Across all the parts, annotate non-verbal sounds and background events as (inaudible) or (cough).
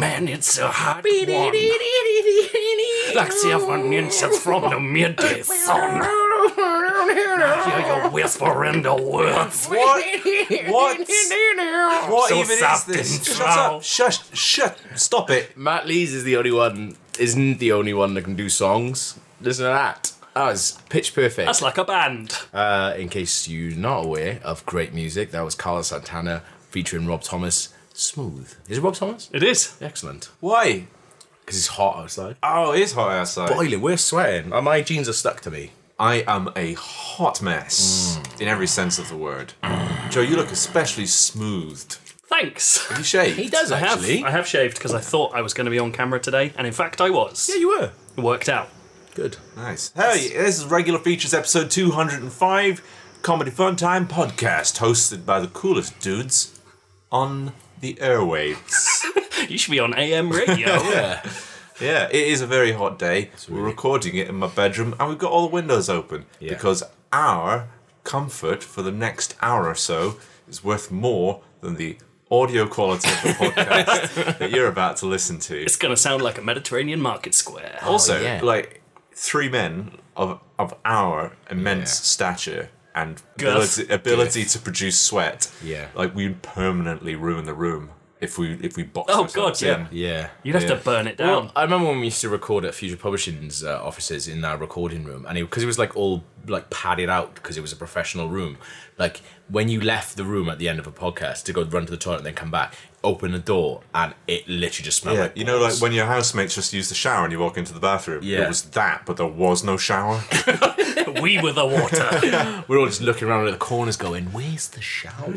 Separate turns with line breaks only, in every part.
and it's a hot one. Like the adventures from the midday sun. I hear you whispering the words.
(laughs)
What? What? What
So
even is
soft
this?
and
Shut
foul.
up! Shush! Shut! Stop it!
Matt Lees is the only one, isn't the only one that can do songs. Listen to that. That was pitch perfect.
That's like a band.
Uh, in case you're not aware of great music, that was Carlos Santana featuring Rob Thomas. Smooth. Is it Rob Thomas?
It is.
Excellent.
Why?
Because it's hot outside.
Oh, it is hot outside.
Boiling, we're sweating. Uh, My jeans are stuck to me.
I am a hot mess in every sense of the word. Joe, you look especially smoothed.
Thanks.
You shaved.
He does
I have.
actually.
I have shaved because I thought I was going to be on camera today, and in fact I was.
Yeah, you were.
It worked out.
Good.
Nice. Hey, this is Regular Features episode 205, Comedy Fun Time podcast, hosted by the coolest dudes on the airwaves.
You should be on AM
(laughs)
radio.
Yeah.
yeah, it is a very hot day. We're recording it in my bedroom, and we've got all the windows open
Yeah.
because our comfort for the next hour or so is worth more than the audio
(laughs)
quality of the podcast that you're about to listen to. Oh,
it's going to sound like a Mediterranean market square.
Also,
yeah.
like three men of of our immense
Yeah.
stature and
Girth.
ability, ability to produce sweat.
Yeah.
like we'd permanently ruin the room if we if we boxed.
Oh,
ourselves
God, yeah.
in.
Yeah.
You'd have to burn it down.
I remember when we used to record at Future Publishing's uh, offices in our recording room, and because it, was like all like padded out because it was a professional room. Like when you left the room at the end of a podcast to go run to the toilet and then come back, open the door, and it literally just smelled
Yeah,
like
you know, like
balls.
when your housemates just use the shower and you walk into the bathroom.
Yeah.
It was that, but there was no (laughs) shower.
we were the
(laughs)
water.
we're all just looking around at the corners, going, "Where's the shower?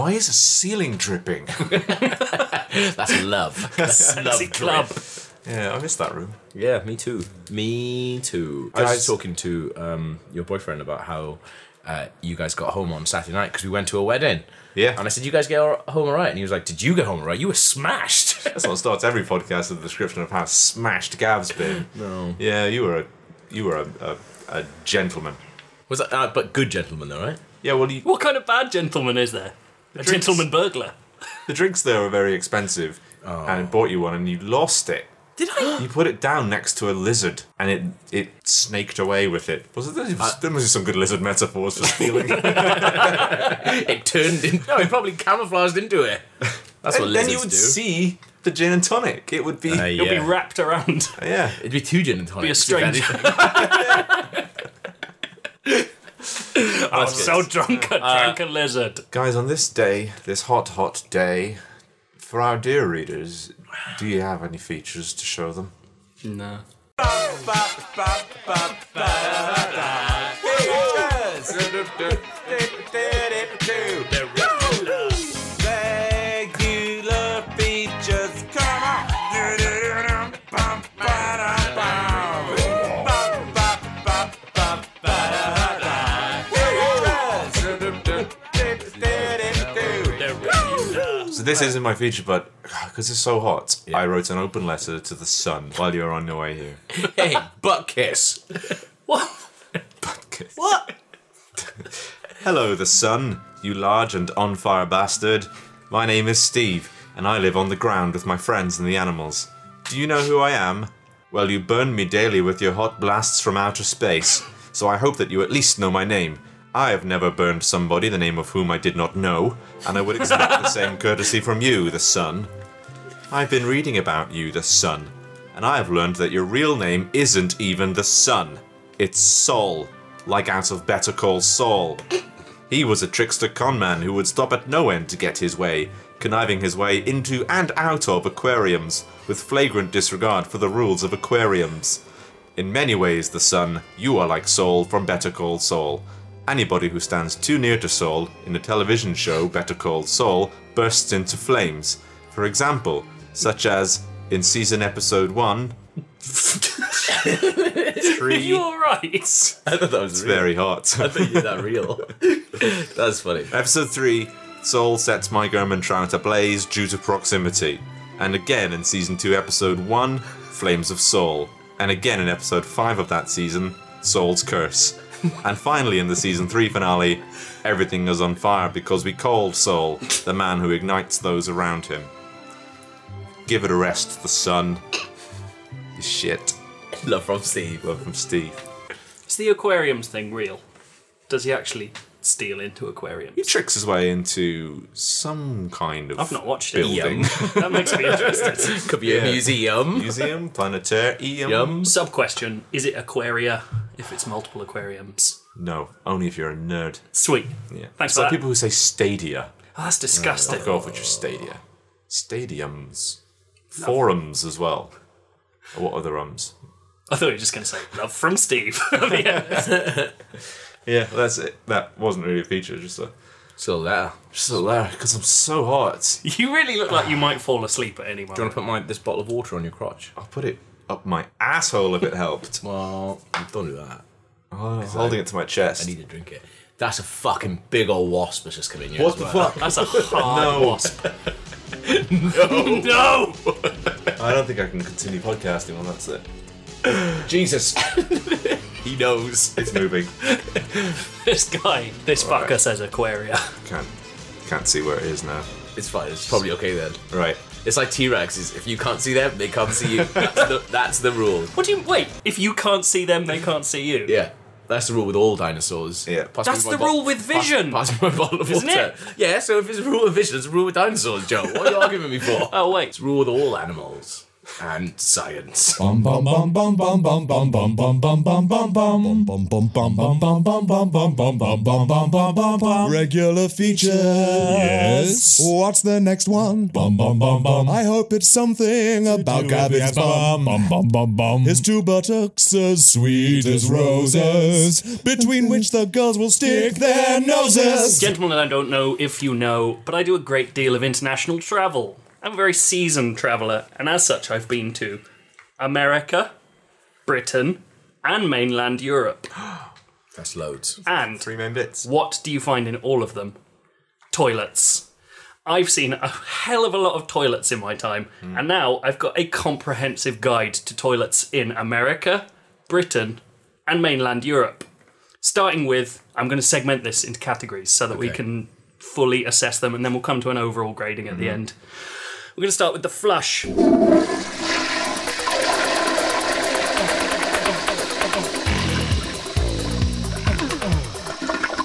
Why is the ceiling dripping?
(laughs) That's love. That's
Sexy
love
club.
(laughs) yeah, I miss that room.
Yeah, me too. Me too. I was just talking to um, your boyfriend about how uh, you guys got home on Saturday night because we went to a wedding.
Yeah.
And I said, "You guys get all- home all right?" And he was like, "Did you get home all right? You were smashed." (laughs)
That's what starts every podcast with a description of how smashed Gav's been. (laughs) No. Yeah, you were a you were a, a, a gentleman.
was that? Uh, but good gentleman, though, right?
Yeah, well, you,
What kind of bad gentleman is there? A
drinks.
gentleman burglar.
The drinks there were very expensive, and I bought you one, and you lost it.
Did I?
You put it down next to a lizard, and it it snaked away with it. Was it? There was, there must be some good lizard metaphors for stealing. (laughs) And
It turned in. No, it probably camouflaged into it. That's what
then
lizards
you would
do.
see the gin and tonic. It would be
Uh,
You'll
yeah.
be wrapped around.
yeah.
It'd be two gin and tonics.
Be a
if
strange.
anything.
(laughs) I was so drunk I drank a lizard.
Guys, on this day, this hot hot day, for our dear readers, do you have any features to show them?
No.
Regular features, come on. So this isn't my feature, but because it's so hot, I wrote an open letter to the sun while you were on your way here.
hey, butt kiss.
What?
What? Hello, the sun, you large and on fire bastard. My name is Steve, and I live on the ground with my friends and the animals. Do you know who I am? Well, you burn me daily with your hot blasts from outer space, so I hope that you at least know my name. I have never burned somebody the name of whom I did not know, and I would expect the same courtesy from you, the sun. I've been reading about you, the sun, and I have learned that your real name isn't even the sun. It's Sol, like out of Better Call Saul. He was a trickster conman who would stop at no end to get his way, conniving his way into and out of aquariums, with flagrant disregard for the rules of aquariums. In many ways, the Sun, you are like Saul from Better Call Saul. Anybody who stands too near to Saul in the television show Better Call Saul bursts into flames. For example, such as in season episode 1.
You
3.
alright?
I thought that was real. (laughs)
Very hot.
(laughs)
Is that real? That's funny.
Episode 3 Saul sets my German trout ablaze due to proximity. And again in season 2, episode 1, Flames of Saul. And again in episode 5 of that season, Saul's Curse.
(laughs)
and finally in the season 3 finale, everything is on fire because we called Saul the man who ignites those around him. Give it a rest, the sun. You shit.
Love from Steve.
Love from Steve.
Is the aquariums thing real? Does he actually steal into aquariums?
He tricks his way into some kind of
I've not watched it.
building.
That makes me interested.
Could be a
Yeah.
museum.
Museum, E planetarium.
Yum.
Sub question: Is it aquaria? If it's multiple aquariums,
No, only if you're a nerd.
sweet.
Yeah.
Thanks
it's
for
like
that.
people who say stadia.
Oh, that's disgusting.
Fuck off with your stadia. Stadiums. Forums as well. Or what other ums?
I thought you were just going to say love from Steve. (laughs) yeah.
Yeah, that's it. That wasn't really a feature, just a
Still there.
just a layer, because I'm so hot.
You really look like you might fall asleep at any
Do you
moment.
want to put my this bottle of water on your crotch?
I'll put it up my asshole if it
(laughs)
helped.
Well, don't do that.
Oh, holding it to my chest.
I need to drink it. That's a fucking big old wasp that's just come in here.
what
as
the
well.
fuck?
That's a
(laughs)
hard
No.
wasp. no. no.
I don't think I can continue podcasting on that's it.
Jesus. (laughs) he knows.
It's moving.
(laughs) This guy, this fucker
right.
says aquaria.
can't can't see where it is now.
It's fine. It's probably okay then.
Right.
It's like T Rexes. If you can't see them, they can't see (laughs) you. That's the, that's the rule.
What do you wait? If you can't see them, they can't see you.
Yeah. That's the rule with all dinosaurs.
Yeah.
Pass me
That's
my
the
bo-
rule with vision.
Pass, pass me my bottle of
Isn't it?
water. Yeah, so if it's a rule with vision, it's a rule with dinosaurs, Joe. What are you arguing with me for? (laughs)
Oh wait.
It's a rule with all animals and science.
Bum bum bum bum bum bum bum bum bum bum bum bum bum bum bum bum bum bum bum bum bum bum bum bum bum bum bum bum regular features. Yes. What's the next one? Bum bum bum bum. I hope it's something about Gavin's bum. Bum bum bum bum. His two buttocks as sweet as roses, between which the girls will stick their noses.
Gentlemen, I don't know if you know, but I do a great deal of international travel. I'm a very seasoned traveller, and as such, I've been to America, Britain, and mainland Europe.
That's loads.
And
Three main bits.
what do you find in all of them? Toilets. I've seen a hell of a lot of toilets in my time, and now I've got a comprehensive guide to toilets in America, Britain, and mainland Europe. Starting with, I'm going to segment this into categories so that we
Okay.
can fully assess them, and then we'll come to an overall grading at the end. We're going to start with the flush.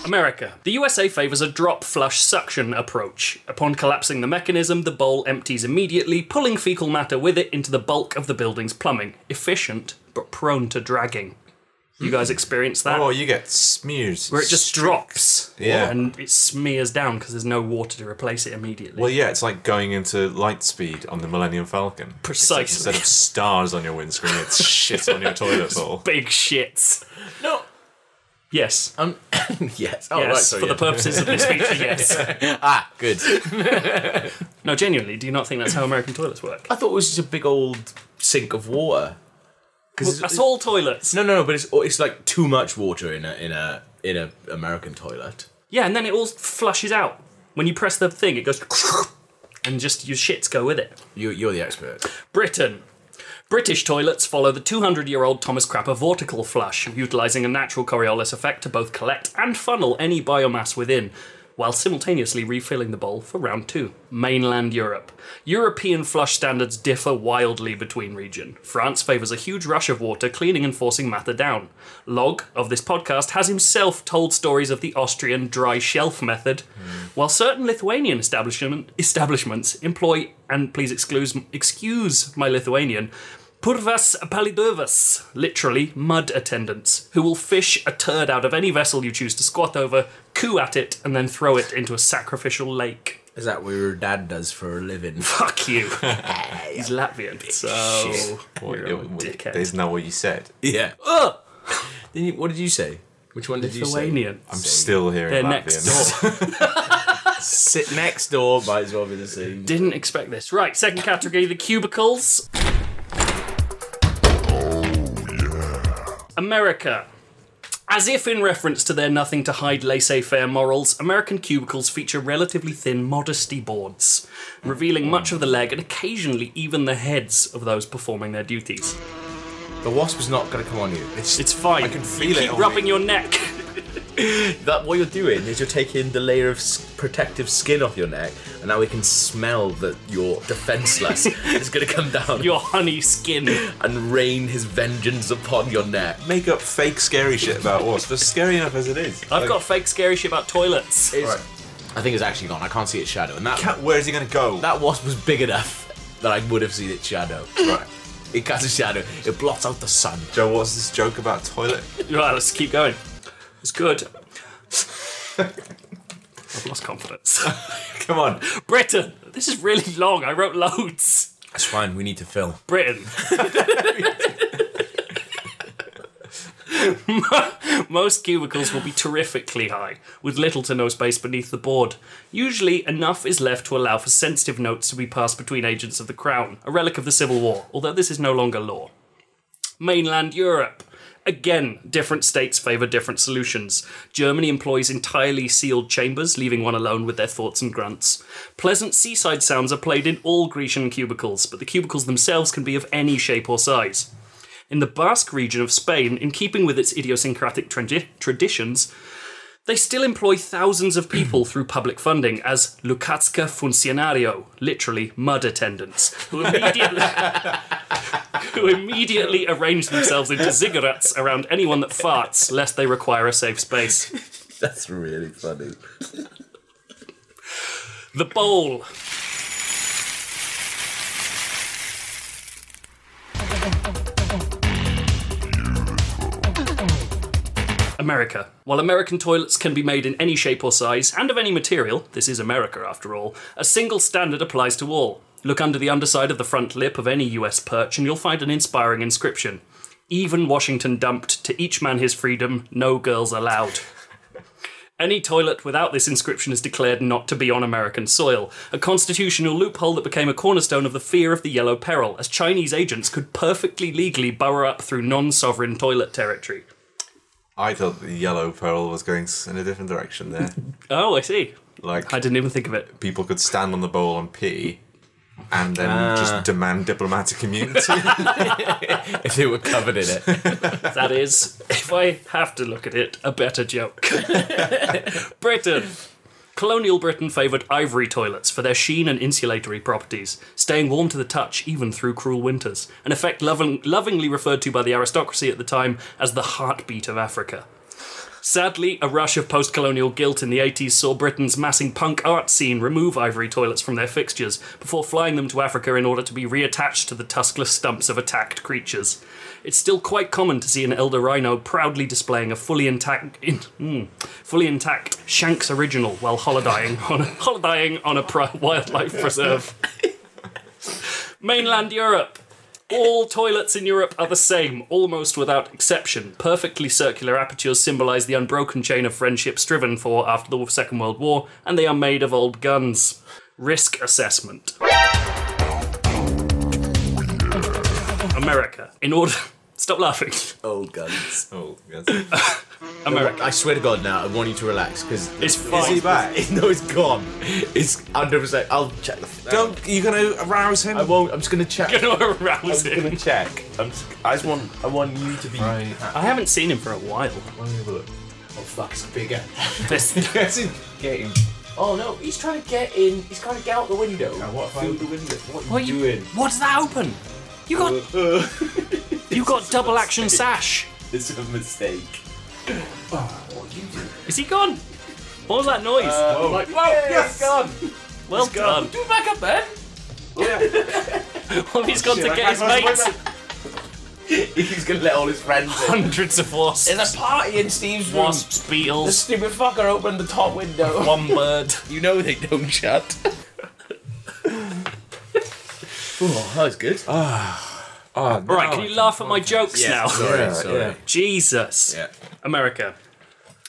America. The USA favours a drop flush suction approach. Upon collapsing the mechanism, the bowl empties immediately, pulling fecal matter with it into the bulk of the building's plumbing. Efficient, but prone to dragging. You guys experience that?
Oh, you get smears.
where it just drops.
Yeah.
And it smears down because there's no water to replace it immediately.
Well, yeah, it's like going into light speed on the Millennium Falcon.
Precisely.
Instead of stars on your windscreen,
(laughs)
it's shit on your toilet bowl.
Big shits.
No.
Yes.
Um, (laughs) yes. Oh,
yes.
right. So,
for the
yeah.
purposes of this
(laughs)
feature, yes.
ah, good.
No, genuinely, do you not think that's how American toilets work?
I thought it was just a big old sink of water. Because
That's all toilets.
no, no, no, but it's it's like too much water in a in a in a American toilet.
Yeah, and then it all flushes out. When you press the thing, it goes (laughs) and just your shits go with it.
You you're the expert.
Britain. British toilets follow the 200 year old Thomas Crapper vortical flush, utilising a natural Coriolis effect to both collect and funnel any biomass within, while simultaneously refilling the bowl for round two. Mainland Europe. European flush standards differ wildly between region. France favours a huge rush of water, cleaning and forcing matter down. Log of this podcast has himself told stories of the Austrian dry shelf method,
Hmm.
while certain Lithuanian establishment, establishments employ, and please excuse, excuse my Lithuanian, purvas palidovas, literally mud attendants, who will fish a turd out of any vessel you choose to squat over, coo at it, and then throw it into a sacrificial lake.
Is that what your dad does for a living?
Fuck
(laughs)
you. He's Latvian, so
What-
you're a
what-
dickhead.
Isn't that what you said?
(laughs) yeah. Ugh! Then you, what did you say? Which one did you say?
Lithuanian.
I'm still here
They're
in
next
Latvian.
door.
Sit next door. Might as well be the same.
Didn't expect this. Right, second category, the cubicles. America. As if in reference to their nothing to hide laissez faire morals, American cubicles feature relatively thin modesty boards, revealing much of the leg and occasionally even the heads of those performing their duties.
The wasp is not going to come on you. (laughs)
It's fine.
I can feel
you
it
Keep
on
rubbing
me.
your neck. (laughs)
that what you're doing is you're taking the layer of s- protective skin off your neck, and now we can smell that you're (laughs) defenseless. it's gonna come down
Your honey skin.
and rain his vengeance upon your neck.
(laughs) Make up fake scary shit about wasps. It's scary enough as it is.
I've got fake scary shit about toilets.
It's- I think it's actually gone. I can't see its shadow, and that
Cat, where is he gonna go?
that wasp was big enough that I would have seen its shadow. Right. It casts a shadow. It blots out the sun. (laughs)
Joe, what's this joke about toilet?
Right, let's keep going. It's good. I've lost confidence. (laughs)
Come on.
Britain. This is really long. I wrote loads.
That's fine. We need to fill.
Britain. (laughs) Most cubicles will be terrifically high, with little to no space beneath the board. Usually, enough is left to allow for sensitive notes to be passed between agents of the Crown, a relic of the Civil War, although this is no longer law. Mainland Europe. Again, different states favour different solutions. Germany employs entirely sealed chambers, leaving one alone with their thoughts and grunts. Pleasant seaside sounds are played in all Grecian cubicles, but the cubicles themselves can be of any shape or size. In the Basque region of Spain, in keeping with its idiosyncratic tradi- traditions, they still employ thousands of people through public funding as Lukatska Funcionario, literally mud attendants, who immediately, who immediately arrange themselves into ziggurats around anyone that farts, lest they require a safe space.
That's really funny.
The bowl. America. While American toilets can be made in any shape or size, and of any material, this is America after all, a single standard applies to all. Look under the underside of the front lip of any US perch and you'll find an inspiring inscription. Even Washington dumped, to each man his freedom, no girls allowed. Any toilet without this inscription is declared not to be on American soil, a constitutional loophole that became a cornerstone of the fear of the Yellow Peril, as Chinese agents could perfectly legally burrow up through non sovereign toilet territory.
I thought the yellow pearl was going s- in a different direction there.
(laughs) Oh, I see.
Like
I didn't even think of it.
people could stand on the bowl and pee, and then
Ah.
just demand diplomatic
(laughs)
immunity.
If they were covered in (laughs) it.
That is, if I have to look at it, a better joke. Britain. Colonial Britain favoured ivory toilets for their sheen and insulatory properties, staying warm to the touch even through cruel winters, an effect loving- lovingly referred to by the aristocracy at the time as the heartbeat of Africa. Sadly, a rush of post colonial guilt in the 80s saw Britain's massing punk art scene remove ivory toilets from their fixtures before flying them to Africa in order to be reattached to the tuskless stumps of attacked creatures. It's still quite common to see an elder rhino proudly displaying a fully intact, in, mm, fully intact Shanks original while holidaying on a, (laughs) holidaying on a pri- wildlife preserve. Mainland Europe. All toilets in Europe are the same, almost without exception. Perfectly circular apertures symbolise the unbroken chain of friendship striven for after the Second World War, and they are made of old guns. Risk assessment. America. In order. (laughs) Stop laughing.
Old guns.
oh, that's-
America. (laughs)
I swear to God, now I want you to relax because
It's
is
fine.
he back?
(laughs) no, it's gone. It's hundred percent. I'll check.
Don't you're gonna arouse him?
I won't. I'm just gonna check.
Gonna
I'm
arouse
just gonna
him.
check. I'm just, I just want. I want you to be.
I haven't seen him for a while.
Oh fuck! It's bigger.
This-
Yes, he- get him.
Oh no! He's trying to get in. He's trying to get out the window.
what if I-
Through the window. What are
(laughs) What
you
you-
doing?
What's that open? You got. You got double action sash.
It's a mistake.
Is he gone? What was that noise?
I'm Uh, like, whoa! Yes! God!
well done.
Do back up, Ben.
(laughs) Well, he's gone to get his mates.
(laughs) He's gonna let all his friends in.
Hundreds of wasps.
(laughs) There's a party in Steve's room.
Wasps,
The
beetles,
stupid fucker opened the top (laughs) window.
one bird.
You know they don't (laughs) shut. oh, that was good.
All right, can you laugh at my jokes now?
Sorry,
Yeah,
sorry.
yeah.
(laughs) Jesus.
Yeah.
America.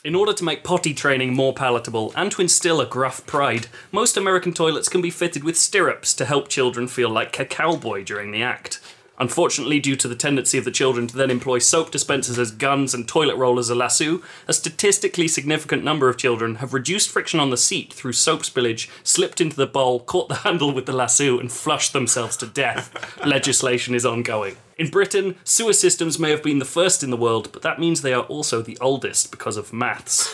In order to make potty training more palatable and to instill a gruff pride, most American toilets can be fitted with stirrups to help children feel like a cowboy during the act. Unfortunately, due to the tendency of the children to then employ soap dispensers as guns and toilet roll as a lasso, a statistically significant number of children have reduced friction on the seat through soap spillage, slipped into the bowl, caught the handle with the lasso, and flushed themselves to death. Legislation is ongoing. In Britain, sewer systems may have been the first in the world, but that means they are also the oldest because of maths.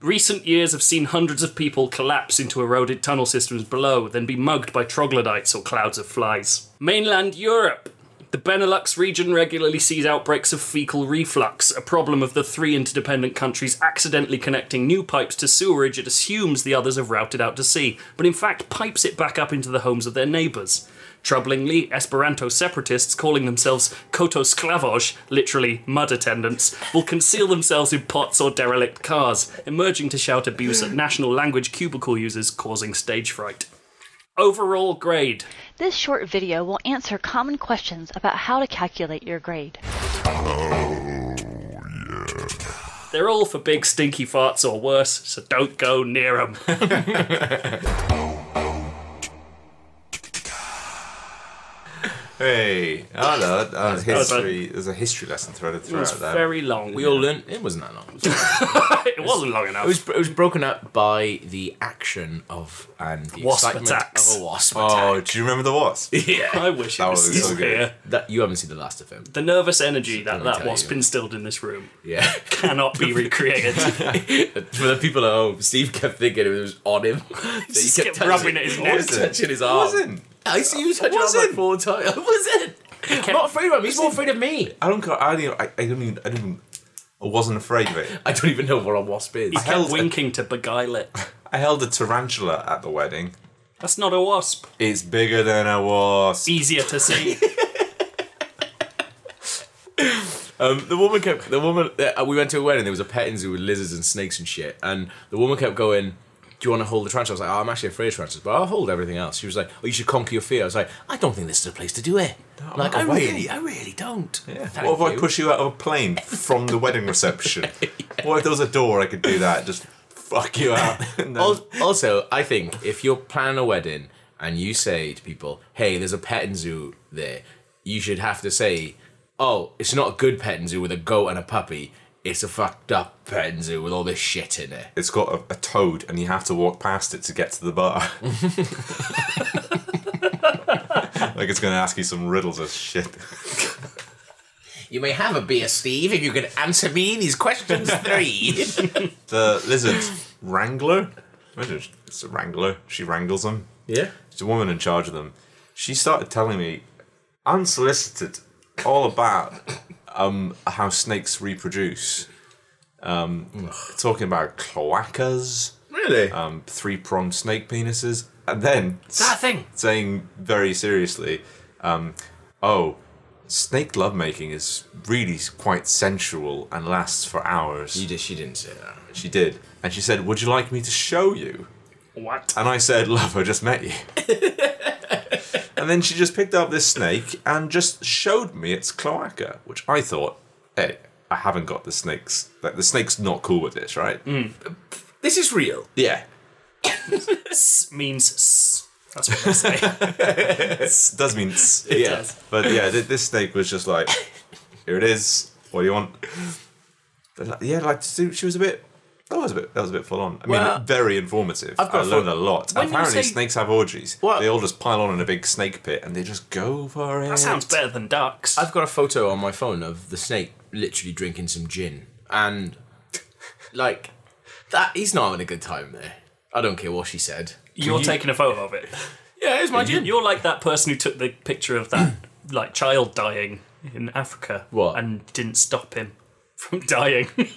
Recent years have seen hundreds of people collapse into eroded tunnel systems below, then be mugged by troglodytes or clouds of flies. Mainland Europe. The Benelux region regularly sees outbreaks of fecal reflux, a problem of the three interdependent countries accidentally connecting new pipes to sewerage it assumes the others have routed out to sea, but in fact pipes it back up into the homes of their neighbours. Troublingly, Esperanto separatists calling themselves Kotosklavosh, literally mud attendants, will conceal themselves in pots or derelict cars, emerging to shout abuse at national language cubicle users causing stage fright. Overall grade.
This short video will answer common questions about how to calculate your grade.
They're all for big stinky farts or worse, so don't go near (laughs) 'em.
Hey, I learned uh,
was
history. There's a history lesson threaded
It
throughout
was
that.
very long.
We all learned it wasn't that long. It
(laughs) it wasn't long enough.
was it was broken up by the action of and the
Wasp
excitement
attacks.
of a wasp
oh,
attack.
do you remember the wasp?
I wish it
That
was,
was so
still
good.
here.
That you haven't seen the last of him.
The nervous energy that
Didn't
that
tell
wasp
you.
instilled in this room
(laughs)
Yeah. (laughs)
cannot (laughs) be recreated.
For the people at home, Steve kept thinking it was on him. (laughs) So
Just
he
kept
kept
rubbing
touching-
at his
always
neck.
(laughs)
touching his
It
arm.
wasn't.
I see you touching his arm
Wasn't.
like four times. (laughs) Wasn't. I'm not afraid of him. He's more afraid of me.
I don't. Care, I don't. I, I don't even. I don't. Even, I wasn't afraid of it.
I don't even know what a wasp is.
He kept
held a-
winking to beguile it.
I held a tarantula at the wedding.
That's not a wasp.
It's bigger than a wasp.
Easier to (laughs) see.
Um, the woman kept the woman. Uh, we went to a wedding. There was a petting zoo with lizards and snakes and shit. And the woman kept going, "Do you want to hold the tarantula?" I was like, oh, "I'm actually afraid of tarantulas, but I'll hold everything else." She was like, "Oh, you should conquer your fear." I was like, "I don't think this is a place to do it."
I'm
like,
not
I
aware.
really, I really don't. Yeah.
What if I push you out of a plane from the wedding (laughs) reception? What if there was a door I could do that? Just fuck you out. (laughs) And then-
Al- Also, I think if you're planning a wedding and you say to people, "Hey, there's a petting zoo there," you should have to say, "Oh, it's not a good petting zoo with a goat and a puppy. It's a fucked up petting zoo with all this shit in it."
it's got a, a toad, and you have to walk past it to get to the (laughs) bar. like it's going to ask you some riddles or shit.
You may have a beer, Steve, if you can answer me these (laughs) questions three.
The lizard wrangler. Imagine it's- it's a wrangler. She wrangles them.
yeah.
It's a woman in charge of them. She started telling me, unsolicited, all about um, how snakes reproduce. Um, talking about cloacas,
Really?
um, three pronged snake penises, and then
that thing.
saying very seriously, um, oh, snake lovemaking is really quite sensual and lasts for hours.
you did, she didn't say that.
She did. And she said, Would you like me to show you?
What?
And I said, Love, I just met you. and then she just picked up this snake and just showed me its cloaca, which I thought, hey, I haven't got the snakes. Like, the snake's not cool with this, right?
This is real.
Yeah.
S means s. That's what they say.
It does mean. s-
yeah.
does.
but yeah, th- this snake was just like, here it is. What do you want? But like, yeah, like she she was a bit. That was a bit. That was a bit full on. I mean,
Well,
very informative.
I've
I
got a
learned
thought.
a lot.
When you
Apparently,
say-
snakes have orgies.
Well-
They all just pile on in a big snake pit and they just go for it.
(laughs) That sounds better than ducks.
I've got a photo on my phone of the snake literally drinking some gin. And, like, that he's not having a good time there. I don't care what she said.
You're taking a photo of it.
Yeah, here's my gin.
You're like that person who took the picture of
(clears throat)
that like child dying in Africa.
What?
And didn't stop him (laughs) from dying. (laughs)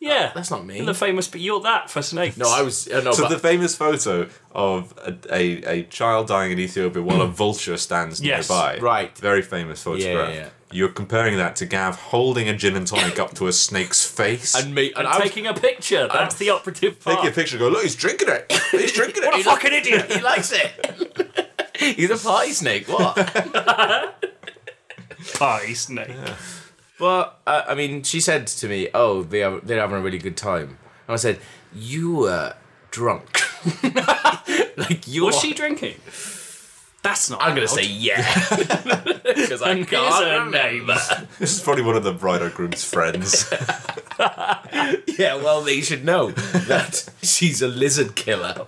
yeah.
That's not me.
the famous, but you're that for snakes.
Uh, no, I was. Uh, no,
So
but
the famous photo of a, a, a child dying in Ethiopia while a
(clears throat)
vulture stands
Yes,
nearby.
right.
Very famous photograph.
Yeah, yeah, yeah.
You're comparing that to Gav holding a gin and tonic up to a snake's face.
and me. And
And
I was,
taking a picture. That's the operative part.
Take
Oh.
your picture. and Go look. He's drinking it. (laughs)
(laughs)
He's drinking it.
what a fucking idiot!
he likes it. (laughs) he's a party snake. What?
Pie snake.
But uh, I mean, she said to me, "Oh, they are they're having a really good time," and I said, "You were drunk." (laughs) like you.
Was
are-
she drinking? That's not.
(laughs) I'm gonna
allowed.
say yeah. (laughs) because I
And here's her
can't remember.
This is probably one of the bridegroom's
(laughs)
friends.
Yeah, well, they should know that (laughs) she's a lizard killer.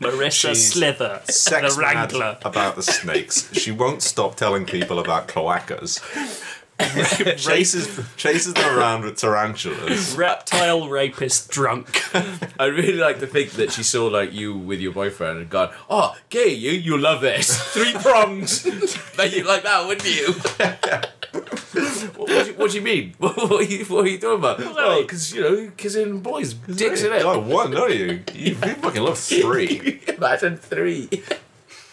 Marissa
She's
Slither,
Sex
the
mad
Wrangler.
about the snakes. She won't stop telling people about cloacas. (laughs) chases chases them around with tarantulas.
Reptile rapist drunk.
I really like to think that she saw like you with your boyfriend and gone, "Oh, gay, you you love this (laughs) three prongs." (laughs) that you like that, wouldn't you? (laughs) what, what, do you, what do you mean? (laughs) What, what, are you, what are you talking about? Well, because you know, kissing boys, dicks in
Oh,
it.
one, are you? You, you fucking love three.
Imagine three.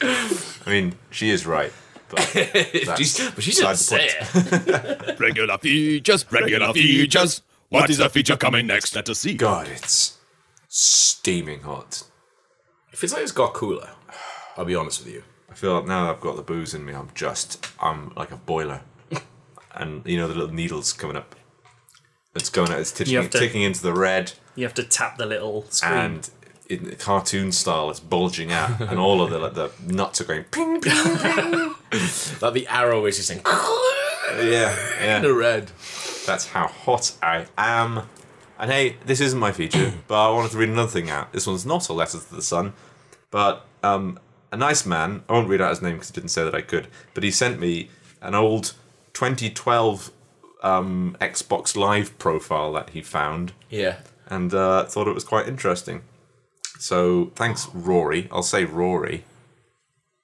I mean, she is right. But
(laughs) She's, but she didn't say
beside the
it.
Regular features, regular features. What is the feature coming next? Let us see.
God, it's steaming hot.
It feels like it's got cooler. I'll be honest with you.
I feel like now that I've got the booze in me, I'm just I'm like a
(laughs)
boiler, and you know the little needles coming up. It's going out. It's
You
ticking,
have to-
ticking into the red,
You have to tap the little screen.
and in the cartoon style, it's bulging out, and all of the like the nuts are going ping ping.
Like the arrow is just saying,
Yeah,
(laughs)
yeah.
the red.
That's how hot I am. And hey, this isn't my feature, but I wanted to read another thing out. This one's not a letter to the sun, but um, a nice man. I won't read out his name because he didn't say that I could. But he sent me an old 2012 um, Xbox Live profile that he found,
Yeah.
and uh, thought it was quite interesting. So thanks, Rory. I'll say Rory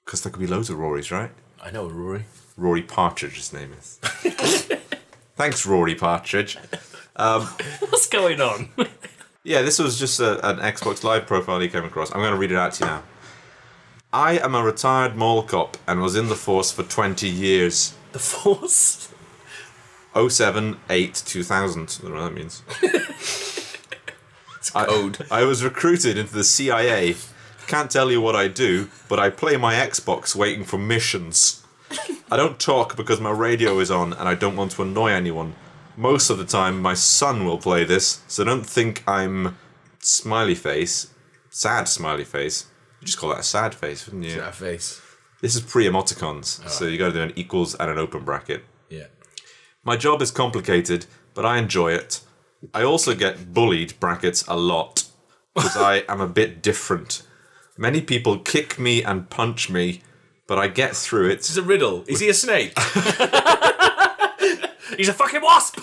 because there could be loads of Rorys, right?
I know, Rory.
Rory Partridge, his name is. Thanks, Rory Partridge.
What's going on? (laughs)
Yeah, this was just a, an Xbox Live profile he came across. I'm going to read it out to you now. I am a retired mall cop and was in the force for 20 years.
the Force?
07, 8, 2000. I don't know what that means. I-
code.
I was recruited into the CIA. Can't tell you what I do, but I play my Xbox waiting for missions. I don't talk because my radio is on and I don't want to annoy anyone. Most of the time, my son will play this, so don't think I'm smiley face, sad smiley face. You just call that a sad face, wouldn't you?
That face.
This is pre emoticons, so you got to do an equals and an open bracket.
Yeah.
My job is complicated, but I enjoy it. I also get bullied brackets a lot because I am a bit different. Many people kick me and punch me, but I get through it.
It's a riddle. Is he a snake?
Uh,
He's a fucking wasp!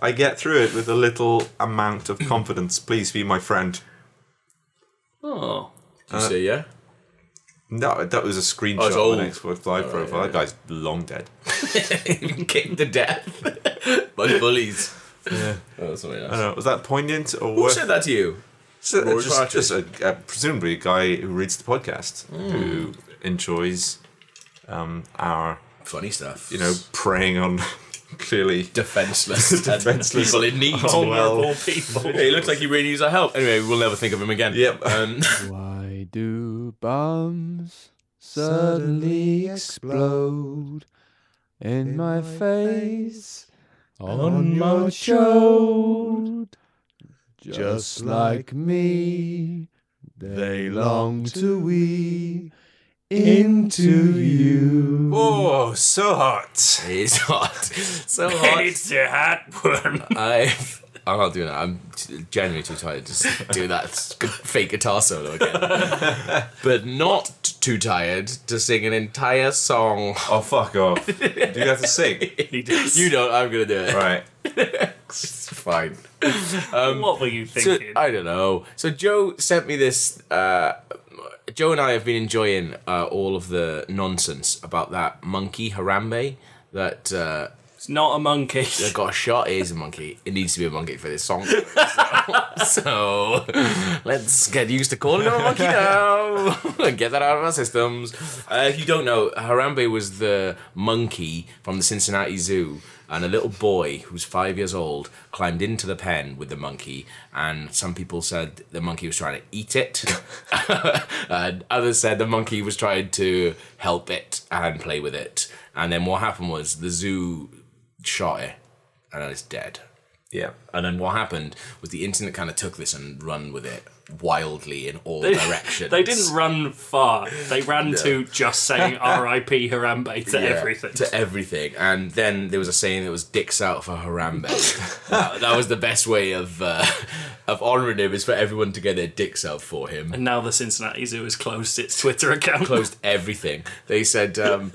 I get through it with a little amount of confidence. Please be my friend.
Oh.
You say
(laughs)
yeah.
No, that was a screenshot
Oh, it's
of an
old. Oh,
Xbox Live profile. That guy's long dead.
Kicked to death (laughs) by bullies. Yeah. Oh, that's something
I
else.
don't know, was that poignant or
Who
worth-
said that to you?
It's a-
Rory
just,
Partridge. Hmm.
just a, a, presumably a guy who reads the podcast, who enjoys um, our
Funny stuff.
you know, preying on (laughs) clearly. (laughs)
defenseless, and
Defenseless.
people in need.
Oh, well.
Vulnerable
(laughs)
people. (laughs)
Hey, he looks like he really needs our help. Anyway, we'll never think of him again.
Yep.
Um, (laughs)
Why do bombs suddenly explode in my face, on my chode? Just like me, they long to we into you.
Oh, so hot.
it's hot. So hot.
It's a hot one.
I. I'm not doing that. I'm t- genuinely too tired to s- do that s- fake guitar solo again. but not t- too tired to sing an entire song.
Oh, fuck off. Do you have to (laughs) sing?
He does.
You don't. I'm gonna do it.
Right.
It's fine.
what were you
So,
thinking?
Um, I don't know. So Joe sent me this. Uh, Joe and I have been enjoying uh, all of the nonsense about that monkey Harambe that uh,
it's not a monkey.
that got shot. It is a monkey. It needs to be a monkey for this song. So, so let's get used to calling him a monkey now (laughs) and get that out of our systems. Uh, if you don't know, Harambe was the monkey from the Cincinnati Zoo. And a little boy who's five years old climbed into the pen with the monkey, and some people said the monkey was trying to eat it, and others said the monkey was trying to help it and play with it. And then what happened was the zoo shot it and then it's dead.
Yeah.
And then what happened was the internet kind of took this and run with it. wildly in all
(laughs) (laughs)
directions.
They didn't run far. They ran to just
(laughs)
saying R.I.P. Harambe to
Yeah,
everything.
To everything. And then there was a saying that was dicks out for
(laughs)
Harambe. that, that was the best way of uh, of honouring him is for everyone to get their dicks out for him.
And now the Cincinnati Zoo has closed its Twitter account.
closed everything. They said
(laughs)
um,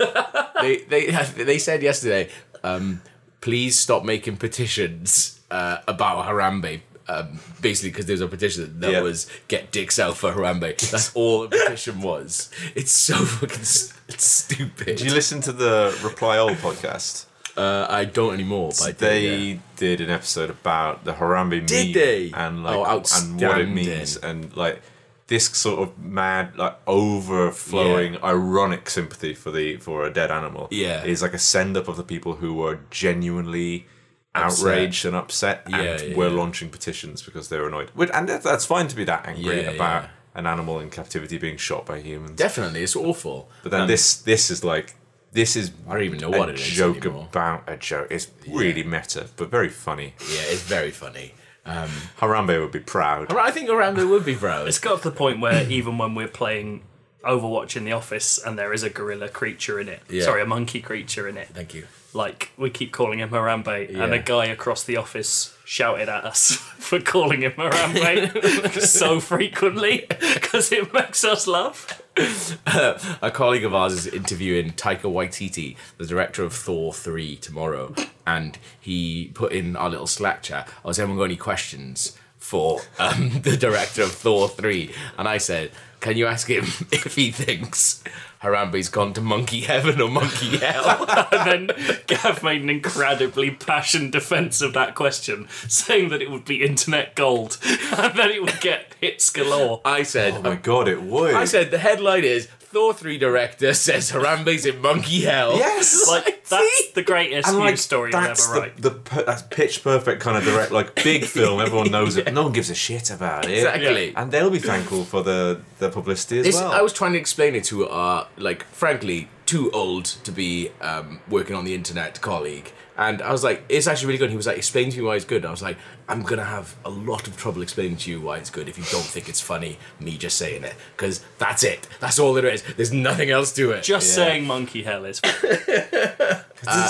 they they they said yesterday, um, please stop making petitions uh, about Harambe. Um, basically, because there was a petition that
Yeah.
was "Get dicks out for Harambe." That's all the petition was. It's so fucking s- it's stupid.
Did you listen to the Reply All podcast?
uh, I don't anymore. But I do,
they
yeah.
did an episode about the Harambe
Did
meme
they?
and like
Oh,
and what it
outstanding.
means and like this sort of mad like overflowing ironic sympathy for the for a dead animal
Yeah.
is like a send up of the people who were genuinely
Upset.
outraged and upset
Yeah,
and
yeah,
were
yeah.
launching petitions because they were annoyed Which- and that- that's fine to be that angry
Yeah,
about
yeah.
an animal in captivity being shot by humans
definitely it's awful.
but then
Um,
this this is like this is
I don't even know
a
what it is
joke
anymore.
about a joke. It's really meta, but very funny.
yeah, it's very funny. Um,
Harambe would be proud. Oh
I think Harambe would be proud.
(laughs) It's got to the point where even when we're playing Overwatch in the office and there is a gorilla creature in it,
Yeah.
sorry, a monkey creature in it,
Thank you.
like we keep calling him Harambe, and a
Yeah.
guy across the office shouted at us (laughs) for calling him
(laughs)
Harambe so frequently because it makes us laugh.
a colleague of ours is interviewing Taika Waititi, the director of Thor 3 tomorrow, and he put in our little Slack chat, oh, has anyone got any questions for um, (laughs) the director of Thor 3? And I said, can you ask him (laughs) if he thinks Harambe's gone to monkey heaven or monkey hell?
And then Gav made an incredibly passionate defense of that question, saying that it would be internet gold (laughs) and that it would get hits galore.
I said,
Oh my god, it would.
I said, the headline is, Thor 3 director says Harambe's in monkey hell. (laughs)
yes.
Like, that's the greatest news story you'll
that's
ever write.
the, the per- that's pitch perfect kind of direct, like
(laughs)
big film. Everyone knows it. No one gives a shit about it.
Exactly.
And they'll be thankful for the the publicity as
This,
well.
I was trying to explain it to our, like, frankly, too old to be um, working on the internet colleague. And I was like, it's actually really good. He was like, explain to me why it's good. And I was like, I'm going to have a lot of trouble explaining to you why it's good if you don't think it's funny, me just saying it. Because that's it. That's all there is. There's nothing else to it.
Just saying monkey hell is
Has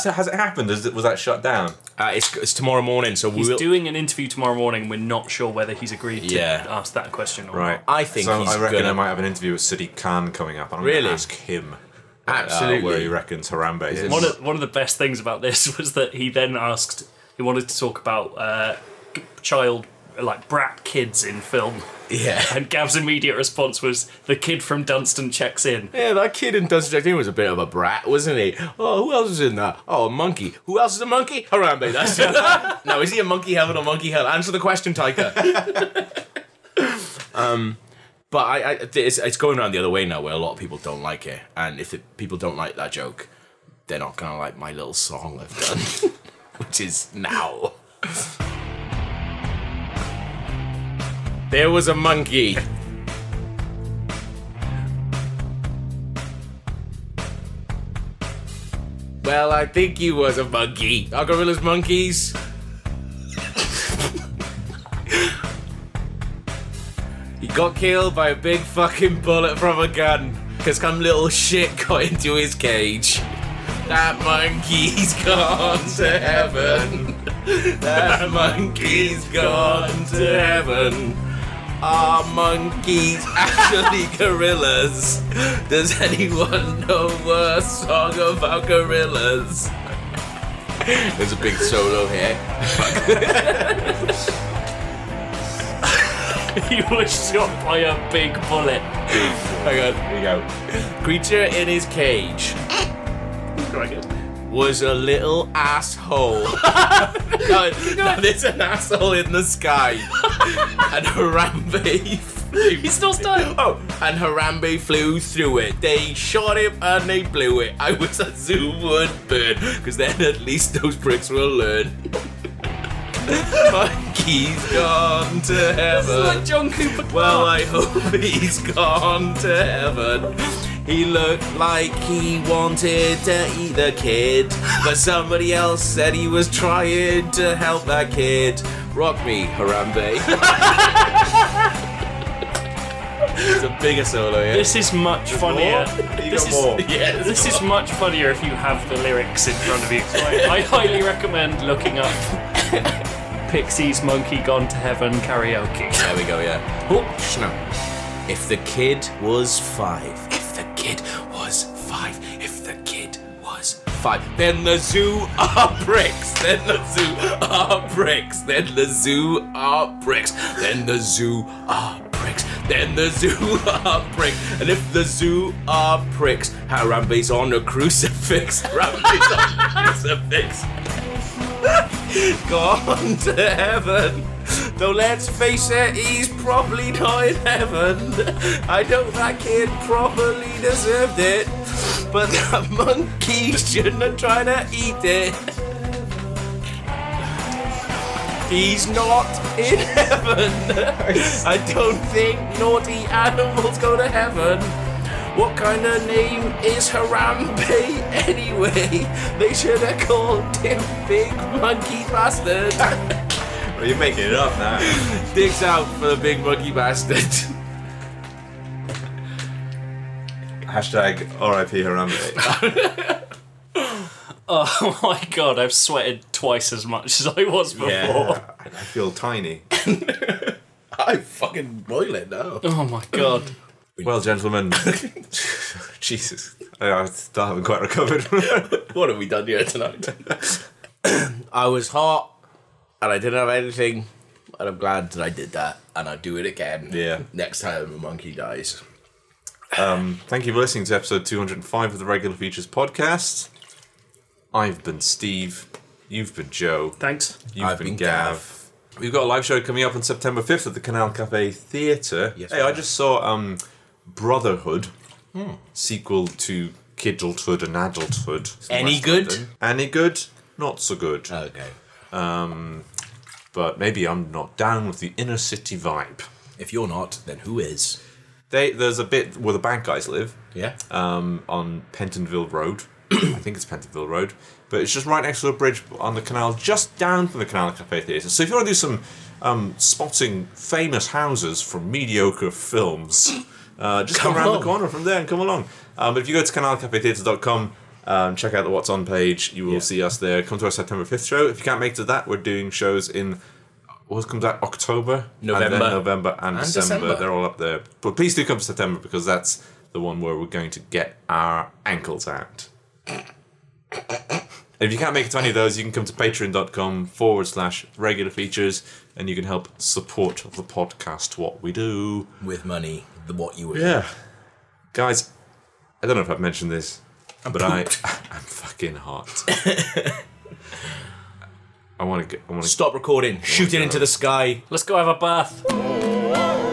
this- has it happened? Is it, was that shut down?
Uh, it's, it's tomorrow morning, so
He's
we'll.
doing an interview tomorrow morning. We're not sure whether he's agreed to
Yeah.
ask that question or
Right.
not.
I think
so.
he's
I reckon
gonna-
I might have an interview with Sadiq Khan coming up. and I'm
Really?
gonna ask him. uh,
Absolutely.
where he reckons Harambe is.
One of, one of the best things about this (laughs) was that he then asked, he wanted to talk about uh, g- child, like brat kids in film.
yeah.
And Gav's immediate response was, the kid from Dunstan checks in. (laughs)
Yeah, that kid in Dungeons and Dragons was a bit of a brat, wasn't he? Oh, who else was in that? Oh, a monkey. Who else is a monkey? Harambe, that's it. (laughs) now, is he a monkey heaven or monkey hell? Answer the question, (laughs) Tiger. um, but I, I it's, it's going around the other way now where a lot of people don't like it. And if it, people don't like that joke, they're not going to like my little song I've done, (laughs) which is now. (laughs) There was a monkey. Well, I think he was a monkey. Are gorillas monkeys? he got killed by a big fucking bullet from a gun. Cause some little shit got into his cage. That monkey's gone to heaven. That monkey's gone to heaven. Are monkeys actually (laughs) gorillas? Does anyone know a song about gorillas? There's a big solo here.
he was shot by a big bullet.
Hang on.
There you go.
Creature in his cage
Quite good.
was a little asshole. (laughs) no, no, there's an asshole in the sky. and Harambe flew.
He's still stunned.
Oh, and Harambe flew through it. They shot him and they blew it. I wish that zoo would burn, because then at least those pricks will learn. Monkey's gone to heaven.
Like John Cooper.
Well, I hope he's gone to heaven. He looked like he wanted to eat the kid, but somebody else said he was trying
(laughs)
to help that kid. Rock me, Harambe. It's a bigger solo, yeah.
This is much funnier.
You
This
got
is, (laughs)
more.
Yes. (laughs)
this is much funnier if you have the lyrics in front of you. I, I highly recommend looking
(laughs)
up Pixies Monkey Gone to Heaven karaoke.
(laughs) There we go, yeah. Oh, Schno. If the kid was five, if the kid was five, if the kid was five, then the zoo are bricks, then the zoo are bricks, then the zoo are bricks, then the zoo are bricks, then the zoo (laughs) are bricks, and if the zoo are pricks, Harambe's on a crucifix, (laughs) Harambe's on a crucifix. gone (laughs) to heaven. Though let's face it, he's probably not in heaven. I know that kid probably deserved it, but that (laughs) monkey shouldn't have tried to eat it. He's not in (laughs) heaven. I don't think naughty animals go to heaven. What kind of name is Harambe anyway? They should have called him Big Monkey Bastard.
Well, you're making it up now.
Digs out for the Big Monkey Bastard.
(laughs) Hashtag RIP Harambe.
Oh (laughs) my god, I've sweated twice as much as I was before.
(laughs) Yeah. I feel tiny.
(laughs) I fucking boil it now.
Oh my god.
Well, gentlemen. Jesus. (laughs) I, I still haven't quite recovered. (laughs)
What have we done here tonight? (coughs) I was hot and I didn't have anything, and I'm glad that I did that, and I'll do it again.
Yeah.
Next time a monkey dies.
Thank you for listening to episode 205 of the Regular Features Podcast. I've been Steve. You've been Joe.
Thanks.
You've
I've
been,
been
Gav.
Gav.
We've got a live show coming up on September 5th at the Canal Cafe Theatre.
Yes,
hey,
we
I
have.
just saw um, Brotherhood, Hmm. sequel to Kidulthood and Adulthood. It's in
Any
West
good?
London. Any good? Uh, Not so good.
Okay.
but maybe I'm not down with the inner city vibe.
If you're not, then who is?
They, there's a bit where the bad guys live.
Yeah.
um, on Pentonville Road. (clears throat) I think it's Pentonville Road, but it's just right next to a bridge on the canal, just down from the Canal Cafe Theatre. So if you want to do some um, spotting famous houses from mediocre films, uh, just come,
Come
around
along.
the corner from there and come along. Um, but if you go to canalcafetheatre.com, um, check out the What's On page. You will see us there. Come to our September 5th show. If you can't make it to that, we're doing shows in what comes out October, and then
November.
November, and,
And
December.
December.
They're all up there. But please do come to September because that's the one where we're going to get our ankles out. And if you can't make it to any of those, you can come to patreon.com forward slash regular features and you can help support the podcast, what we do.
With money, the what you were.
Yeah. Guys, I don't know if I've mentioned this, but I,
pooped.
(laughs) I'm fucking hot. (laughs) I want to. I want to.
Stop recording. Shoot it into the sky.
Let's go have a bath.
Whoa,